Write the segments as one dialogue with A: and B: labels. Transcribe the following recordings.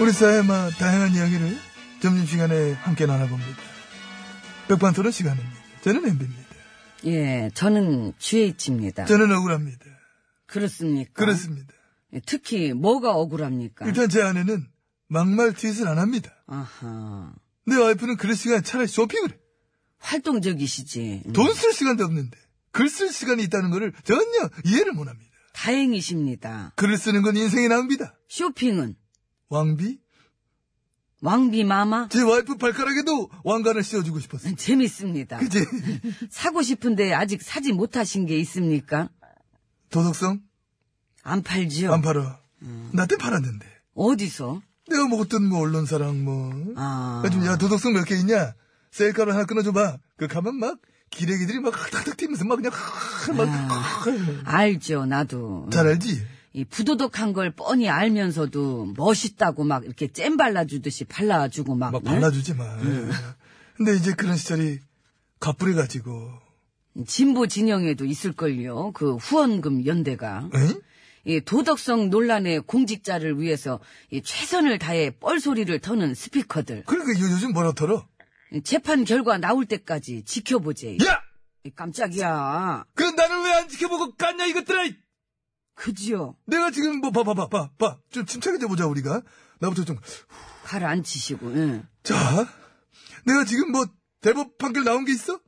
A: 우리 사회의 막 다양한 이야기를 점심시간에 함께 나눠봅니다. 백반토론 시간입니다. 저는 엠비입니다.
B: 예, 저는 GH입니다.
A: 저는 억울합니다.
B: 그렇습니까?
A: 그렇습니다. 예,
B: 예, 특히 뭐가 억울합니까?
A: 일단 제 아내는 막말 트윗을 안 합니다.
B: 아하.
A: 내 와이프는 그럴 시간에 차라리 쇼핑을 해.
B: 활동적이시지. 음,
A: 돈 쓸 시간도 없는데 글 쓸 시간이 있다는 것을 전혀 이해를 못합니다.
B: 다행이십니다.
A: 글을 쓰는 건 인생의 낭비다.
B: 쇼핑은
A: 왕비?
B: 왕비 마마?
A: 제 와이프 발가락에도 왕관을 씌워주고 싶었어.
B: 재밌습니다.
A: 그지?
B: 사고 싶은데 아직 사지 못하신 게 있습니까?
A: 도덕성?
B: 안 팔지요?
A: 안 팔아. 나 때 팔았는데.
B: 어디서?
A: 내가 먹었던 뭐 언론사랑 뭐.
B: 아.
A: 요즘 야 도덕성 몇 개 있냐? 셀카로 하나 끊어줘봐. 그 가면 막 기레기들이 막 탁탁탁 뛰면서 막 그냥 막.
B: 알죠, 나도.
A: 잘 알지?
B: 이 부도덕한 걸 뻔히 알면서도 멋있다고 막 이렇게 잼 발라주듯이 발라주고 막.
A: 막
B: 응?
A: 발라주지 마. 근데 이제 그런 시절이 갑부리 가지고.
B: 진보 진영에도 있을걸요. 그 후원금 연대가.
A: 응?
B: 이 도덕성 논란의 공직자를 위해서 이 최선을 다해 뻘소리를 터는 스피커들.
A: 그러니까 요- 요즘 뭐라 털어?
B: 이 재판 결과 나올 때까지 지켜보지.
A: 야!
B: 이 깜짝이야.
A: 그 나를 왜 안 지켜보고 깠냐 이것들아! 이-
B: 그지요?
A: 내가 지금 뭐 봐봐 봐봐 봐. 봐. 좀 침착해져 보자 우리가. 나부터 좀
B: 가라앉히시고, 예. 응.
A: 자, 내가 지금 뭐 대법 판결 나온 게 있어?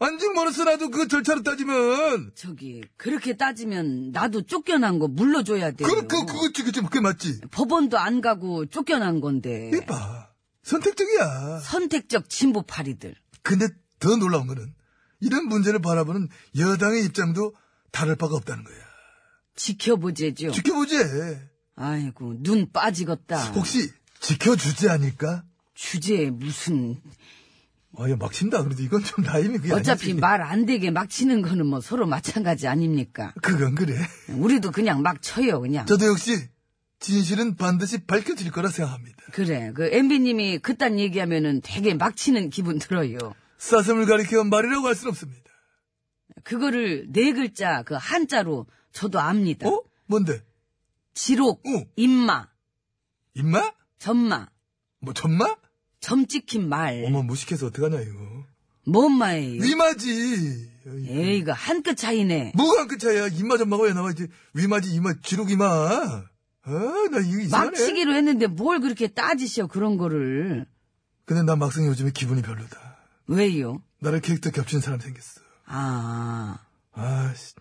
A: 안중 멀었어라도 그 절차로 따지면
B: 저기, 그렇게 따지면 나도 쫓겨난 거 물러줘야 돼요.
A: 그, 그, 그거지, 그지, 그게 맞지?
B: 법원도 안 가고 쫓겨난 건데.
A: 이봐, 선택적이야.
B: 선택적 진보파리들.
A: 근데 더 놀라운 거는 이런 문제를 바라보는 여당의 입장도 다를 바가 없다는 거야.
B: 지켜보제죠.
A: 지켜보지.
B: 음. 아이고, 눈 빠지겠다.
A: 혹시 지켜주지 않을까?
B: 주제에 무슨
A: 아, 야, 막 친다. 그래도 이건 좀 라임이 그게
B: 어차피
A: 아니지.
B: 말 안 되게 막 치는 거는 뭐 서로 마찬가지 아닙니까?
A: 그건 그래.
B: 우리도 그냥 막 쳐요, 그냥.
A: 저도 역시 진실은 반드시 밝혀질 거라 생각합니다.
B: 그래. 그 MB님이 그딴 얘기하면은 되게 막 치는 기분 들어요.
A: 사슴을 가리켜 말이라고 할 순 없습니다.
B: 그거를 네 글자, 그 한자로 저도 압니다.
A: 어? 뭔데?
B: 지록,
A: 어.
B: 임마,
A: 입마?
B: 점마,
A: 뭐 전마?
B: 점 찍힌 말.
A: 어머 무식해서 어떡하냐 이거.
B: 뭔 마예요? 예.
A: 위마지.
B: 에이, 이거 한 끗 차이네.
A: 뭐가 그 차야? 입마 전마가 왜 나와 이제 위마지 이마 지룩 이마. 어? 아나 이거 이상하네.
B: 막 치기로 했는데 뭘 그렇게 따지셔, 그런 거를.
A: 근데 나 막상 요즘에 기분이 별로다.
B: 왜요?
A: 나를 캐릭터 겹치는 사람 생겼어.
B: 아,
A: 아 씨.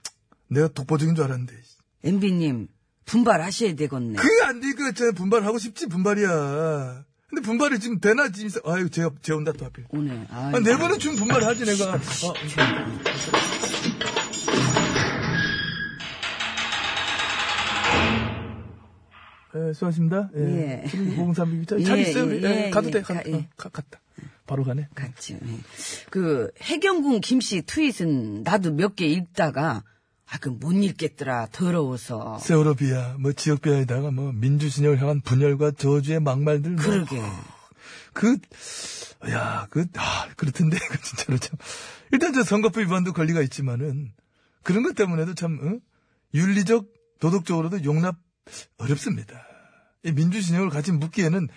A: 내가 독보적인 줄 알았는데. 씨.
B: MB님, 분발하셔야 되겠네.
A: 그게 안 돼. 그, 저, 분발하고 싶지, 분발이야. 근데 분발이 지금 되나, 지금. 있어. 아유, 재, 재온다, 또 하필.
B: 오늘, 아,
A: 아, 네 번은 좀 분발하지, 내가. 어. 예, 수고하십니다. 예.
B: 예.
A: 703 예. 잘
B: 예,
A: 있어요. 우리?
B: 예,
A: 예, 가도
B: 예,
A: 돼. 가,
B: 가- 예.
A: 어, 가- 갔다. 바로 가네.
B: 같이. 예. 그 해경군 김씨 트윗은 나도 몇 개 읽다가 아 그 못 읽겠더라 더러워서.
A: 세월호 비하, 뭐 지역 비하에다가 뭐 민주진영을 향한 분열과 저주의 막말들. 뭐
B: 그러게.
A: 그, 야, 그, 아, 그렇던데, 그 진짜로 참. 일단 저 선거법 위반도 권리가 있지만은, 그런 것 때문에도 참, 어? 윤리적, 도덕적으로도 용납 어렵습니다. 이 민주진영을 같이 묶기에는,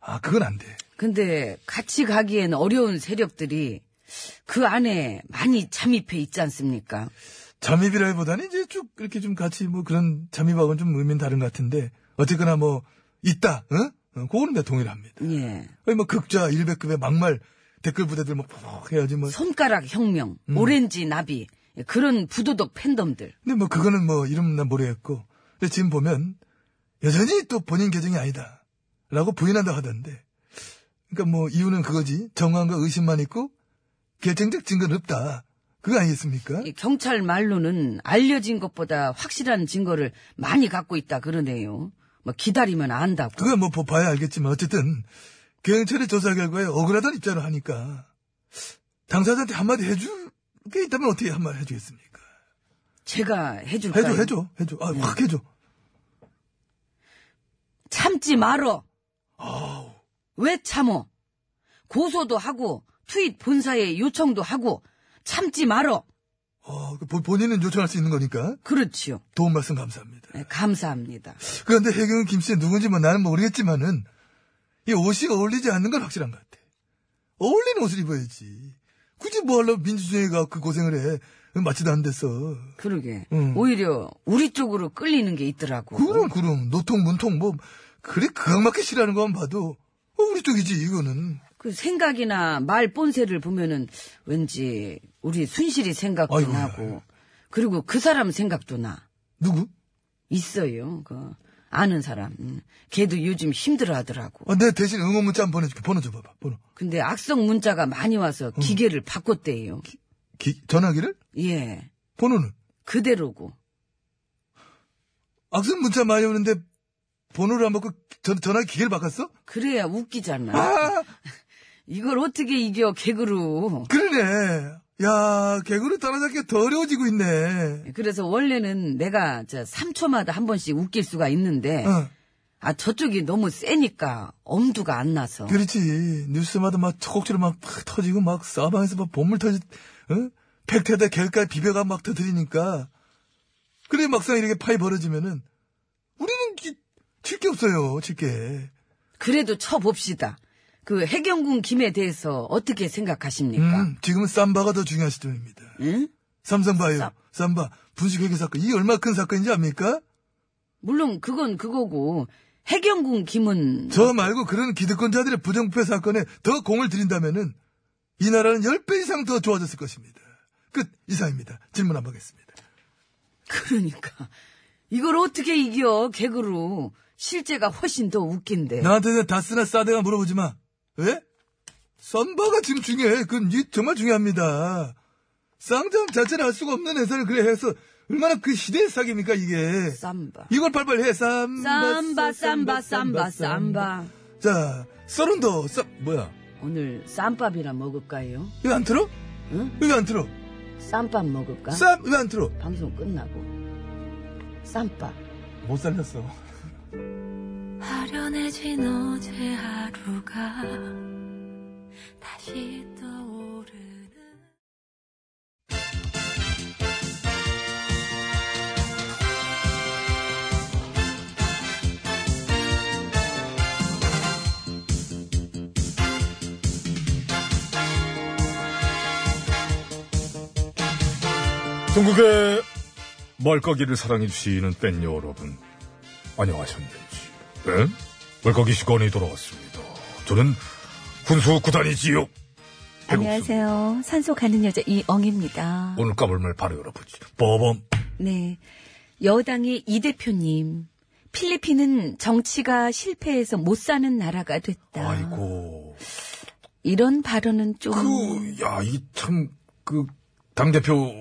A: 아, 그건 안 돼.
B: 근데 같이 가기엔 어려운 세력들이 그 안에 많이 잠입해 있지 않습니까?
A: 잠입이라기보다는 이제 쭉 이렇게 좀 같이 뭐 그런 잠입하고는 좀 의미는 다른 것 같은데 어쨌거나 뭐 있다, 응? 어, 그거는 내가 동일합니다.
B: 예.
A: 거의 뭐 극좌 100급의 막말 댓글 부대들 뭐 푹푹 해야지 뭐.
B: 손가락 혁명,
A: 음.
B: 오렌지 나비 예, 그런 부도덕 팬덤들.
A: 근데 뭐 그거는 뭐 이름 난 모르겠고. 근데 지금 보면 여전히 또 본인 계정이 아니다. 라고 부인한다 하던데. 그러니까 뭐 이유는 그거지. 정황과 의심만 있고 결정적 증거는 없다. 그거 아니겠습니까?
B: 이 경찰 말로는 알려진 것보다 확실한 증거를 많이 갖고 있다 그러네요. 뭐 기다리면 안다고.
A: 그거 뭐 보- 봐야 알겠지만 어쨌든 경찰의 조사 결과에 억울하다는 입장을 하니까 당사자한테 한마디 해줄 게 있다면 어떻게 한마디 해주겠습니까?
B: 제가 해줄까요?
A: 해줘 해줘 해줘 아, 확 해줘
B: 참지 말어. 왜 참어? 고소도 하고 트윗 본사에 요청도 하고 참지 말어.
A: 어, 그 본- 본인은 요청할 수 있는 거니까
B: 그렇지요.
A: 도움 말씀 감사합니다
B: 네, 감사합니다.
A: 그런데 해경은 김씨 누군지 뭐 나는 모르겠지만은 이 옷이 어울리지 않는 건 확실한 것 같아. 어울리는 옷을 입어야지. 굳이 뭐 하려고 민주주의가 그 고생을 해. 맞지도 않는 데서.
B: 그러게.
A: 음.
B: 오히려 우리 쪽으로 끌리는 게 있더라고.
A: 그럼 그럼 노통 문통 뭐 그래 그악맞게 싫어하는 것만 봐도 어, 우리 쪽이지 이거는.
B: 그 생각이나 말 본세를 보면은 왠지 우리 순실이 생각도
A: 아이고.
B: 나고 그리고 그 사람 생각도 나
A: 누구?
B: 있어요. 그 아는 사람. 음. 걔도 요즘 힘들어하더라고.
A: 아, 내 대신 응원 문자 한번 보내줄게. 번호 줘봐봐. 번호.
B: 근데 악성 문자가 많이 와서
A: 음.
B: 기계를 바꿨대요.
A: 기- 전화기를?
B: 예.
A: 번호는?
B: 그대로고.
A: 악성 문자 많이 오는데 번호를 안 받고 전, 전화기 기계를 바꿨어?
B: 그래야 웃기잖아.
A: 아!
B: 이걸 어떻게 이겨 개그로.
A: 그러네. 야, 개그를 따라잡기가 더 어려워지고 있네.
B: 그래서 원래는 내가 저 3초마다 한 번씩 웃길 수가 있는데
A: 어,
B: 아 저쪽이 너무 세니까 엄두가 안 나서.
A: 그렇지. 뉴스마다 막 초곡지로 막 팍 터지고 막 사방에서 막 본물 터지, 어? 팩트에다 개그까지 비벼가 막 터뜨리니까. 그래, 막상 이렇게 파이 벌어지면은, 우리는 칠 게 없어요, 칠 게.
B: 그래도 쳐봅시다. 그 해경군 김에 대해서 어떻게 생각하십니까?
A: 음, 지금은 쌈바가 더 중요한 시점입니다.
B: 응?
A: 삼성바이오, 쌈바, 분식회계 사건. 이게 얼마나 큰 사건인지 압니까?
B: 물론 그건 그거고 해경군 김은
A: 저 말고 그런 기득권자들의 부정부패 사건에 더 공을 들인다면은 이 나라는 10배 이상 더 좋아졌을 것입니다. 끝 이상입니다. 질문 한번 하겠습니다.
B: 그러니까 이걸 어떻게 이겨 개그로 실제가 훨씬 더 웃긴데.
A: 나한테는 다스나 싸대가 물어보지 마. 왜? 썬바가 지금 중요해. 그건 이 정말 중요합니다. 쌍장 자체를 알 수가 없는 회사를 그래 해서 얼마나 그 시대의 사기입니까 이게.
B: 쌈바.
A: 이걸 빨빨 해. 쌈바
B: 쌈바 쌈바 쌈바 쌈바.
A: 자, 서른도 쌈 뭐야?
B: 오늘 쌈밥이나 먹을까요?
A: 이거 안 틀어?
B: 응?
A: 이거 안 틀어?
B: 쌈밥 먹을까?
A: 쌈 이거 안 틀어?
B: 방송 끝나고 쌈밥.
A: 못 살렸어.
C: 아련해진 어제 하루가 다시 떠오르는
D: 전국의 말까기를 사랑해주시는 팬 여러분, 안녕하셨는지. 네? 말까기 시간이 돌아왔습니다. 저는 군수 구단이지요.
C: 안녕하세요. 산소 가는 여자 이엉입니다.
D: 오늘 까불말 바로 열어보지. 버범.
C: 네. 여당의 이 대표님. 필리핀은 정치가 실패해서 못 사는 나라가 됐다.
D: 아이고.
C: 이런 발언은 좀
D: 그, 야, 이 참, 그, 당대표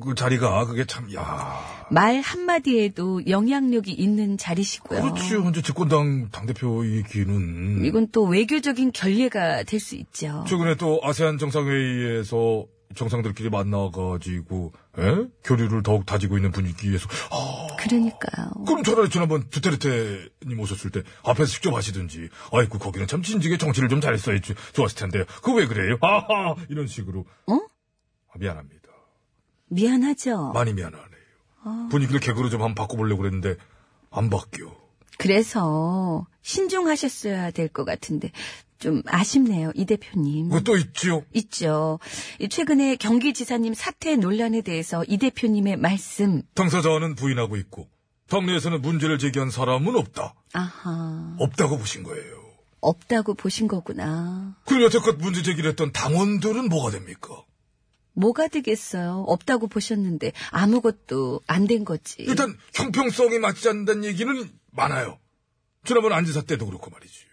D: 그 자리가 그게 참, 야.
C: 말 한마디에도 영향력이 있는 자리시고요.
D: 그렇지요. 현재 집권당 당대표이기는.
C: 이건 또 외교적인 결례가 될 수 있죠.
D: 최근에 또 아세안 정상회의에서 정상들끼리 만나가지고 에? 교류를 더욱 다지고 있는 분위기에서 아,
C: 그러니까요.
D: 그럼 차라리 지난번 두테르테님 오셨을 때 앞에서 직접 하시든지 아이고 거기는 참 진지하게 정치를 좀 잘했어야지 좋았을 텐데 그거 왜 그래요? 아하 이런 식으로
C: 어?
D: 아, 미안합니다
C: 미안하죠.
D: 많이 미안하네요 분위기를 개그로 좀 한번 바꿔보려고 그랬는데 안 바뀌어
C: 그래서 신중하셨어야 될 것 같은데
B: 좀 아쉽네요, 이 대표님.
A: 뭐,
E: 그거 또 있지요?
B: 있죠. 이 최근에 경기지사님 사퇴 논란에 대해서 이 대표님의 말씀.
E: 당사자는 부인하고 있고 당내에서는 문제를 제기한 사람은 없다.
B: 아하.
E: 없다고 보신 거예요.
B: 없다고 보신 거구나.
E: 그럼 여태껏 문제 제기를 했던 당원들은 뭐가 됩니까?
B: 뭐가 되겠어요? 없다고 보셨는데 아무것도 안 된 거지.
F: 예.
E: 일단 형평성이 맞지 않는다는 얘기는 많아요. 지난번 안지사 때도 그렇고 말이지.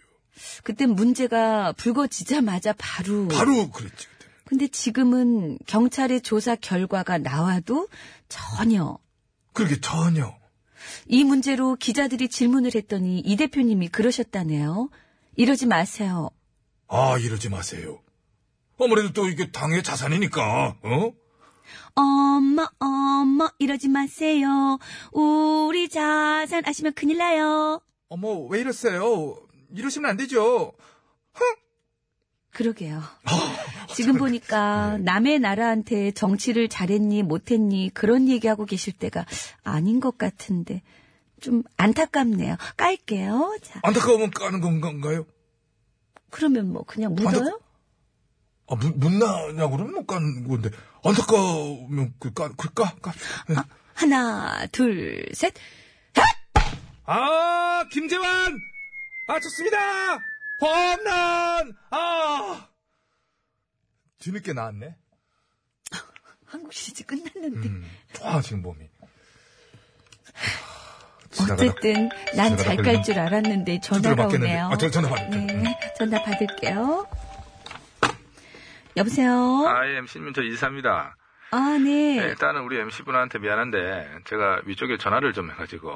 B: 그때 문제가 불거지자마자 바로.
F: 예.
E: 바로 그랬지 그때.
B: 근데 지금은 경찰의 조사 결과가 나와도 전혀
E: 그렇게 전혀
B: 이 문제로 기자들이 질문을 했더니 이 대표님이 그러셨다네요. 이러지 마세요.
E: 아 이러지 마세요. 아무래도 또 이게 당의 자산이니까 어?
B: 엄마, 엄마, 이러지 마세요. 우리 자산 아시면 큰일 나요.
F: 어머, 뭐, 왜 이랬어요? 이러시면 안 되죠.
B: 그러게요. 지금 보니까 남의 나라한테 정치를 잘했니, 못했니, 그런 얘기하고 계실 때가 아닌 것 같은데. 좀 안타깝네요. 깔게요. 자,
E: 안타까우면 까는 건가요?
B: 그러면 뭐 그냥 묻어요?
E: 아, 묻, 묻나냐고 그러면 못 까는 건데. 안타까우면 그 까, 그 까, 까. 네.
B: 하나, 둘, 셋.
F: 아, 김재환! 아, 좋습니다! 홈런! 아! 뒤늦게 나왔네?
B: 한국 시리즈 끝났는데.
E: 음, 좋아, 지금 몸이.
B: 어쨌든 난 잘 깔 줄 알았는데 전화가
E: 맞겠는데.
B: 오네요.
E: 아, 저- 전화 받을게요. 음.
B: 네, 전화 받을게요. 여보세요.
A: 아, 예, MC 민철 이사입니다.
B: 아,
A: 예,
B: 네.
A: 일단은 우리 MC분한테 미안한데, 제가 위쪽에 전화를 좀 해가지고.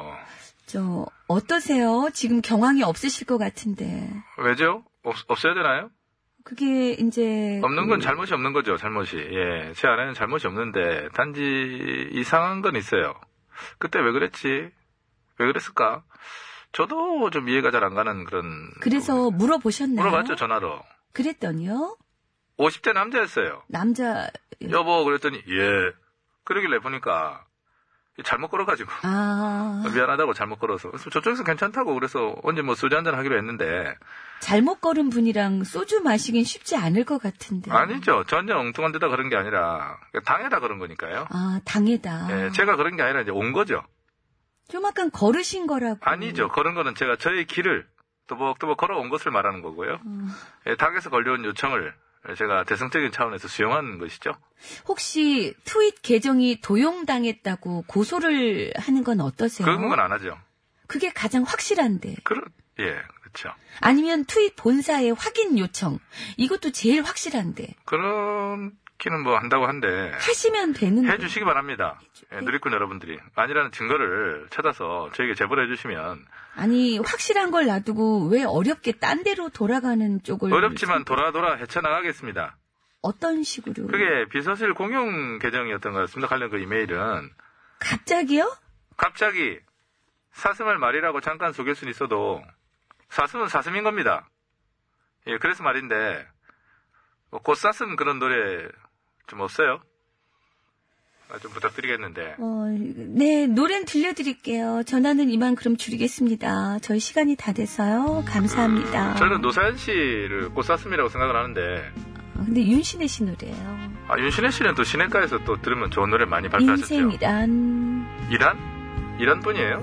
B: 저 어떠세요? 지금 경황이 없으실 것 같은데.
A: 왜죠? 없, 없어야 되나요?
B: 그게 이제
A: 없는 건
B: 그-
A: 잘못이 없는 거죠, 잘못이. 예, 제 안에는 잘못이 없는데, 단지 이상한 건 있어요. 그때 왜 그랬지? 왜 그랬을까? 저도 좀 이해가 잘 안 가는 그런.
B: 그래서 뭐 물어보셨나요?
A: 물어봤죠, 전화로.
B: 그랬더니요.
A: 50대 남자였어요.
B: 남자
A: 여보, 그랬더니, 예. 그러길래 보니까, 잘못 걸어가지고.
B: 아
A: 미안하다고 잘못 걸어서. 그래서 저쪽에서 괜찮다고 그래서 언제 뭐 소주 한잔 하기로 했는데
B: 잘못 걸은 분이랑 소주 마시긴 쉽지 않을 것 같은데.
A: 아니죠. 전혀 엉뚱한 데다 그런 게 아니라 당해다 그런 거니까요.
B: 아, 당해다.
A: 예, 제가 그런 게 아니라 이제 온 거죠.
B: 좀 아까 걸으신 거라고.
A: 아니죠. 그런 거는 제가 저의 길을 또박또박 걸어온 것을 말하는 거고요. 예, 당에서 걸려온 요청을 제가 대승적인 차원에서 수용한 것이죠.
B: 혹시 트윗 계정이 도용당했다고 고소를 하는 건 어떠세요?
A: 그런 건 안 하죠.
B: 그게 가장 확실한데.
A: 그런 예, 그렇죠.
B: 아니면 트윗 본사의 확인 요청. 이것도 제일 확실한데.
A: 그렇기는 뭐 한다고 한데
B: 하시면 되는데.
A: 해주시기 바랍니다.
B: 네.
A: 예, 누리꾼 여러분들이 아니라는 증거를 찾아서 저에게 제보를 해주시면
B: 아니, 확실한 걸 놔두고 왜 어렵게 딴 데로 돌아가는 쪽을.
A: 어렵지만 돌아 돌아 헤쳐나가겠습니다.
B: 어떤 식으로.
A: 그게 비서실 공용 계정이었던 것 같습니다. 관련 그 이메일은
B: 갑자기요?
A: 갑자기 사슴을 말이라고 잠깐 속일 순 있어도 사슴은 사슴인 겁니다. 예, 그래서 말인데 뭐 곧사슴 그런 노래 좀 없어요? 아, 좀 부탁드리겠는데
B: 어, 네, 노래는 들려드릴게요. 전화는 이만 그럼 줄이겠습니다. 저희 시간이 다 돼서요. 감사합니다.
A: 저는 노사연 씨를 곧사슴이라고 생각을 하는데
B: 아, 근데 윤신의 씨 노래예요.
A: 아, 윤신혜 씨는 또 시내가에서 또 들으면 좋은 노래 많이 발표하셨죠?
B: 인생이란
A: 이란? 이란 분이에요?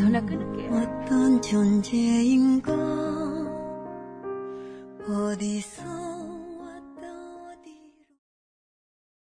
B: 전화 끊을게요.
G: 어떤 존재인가 어디서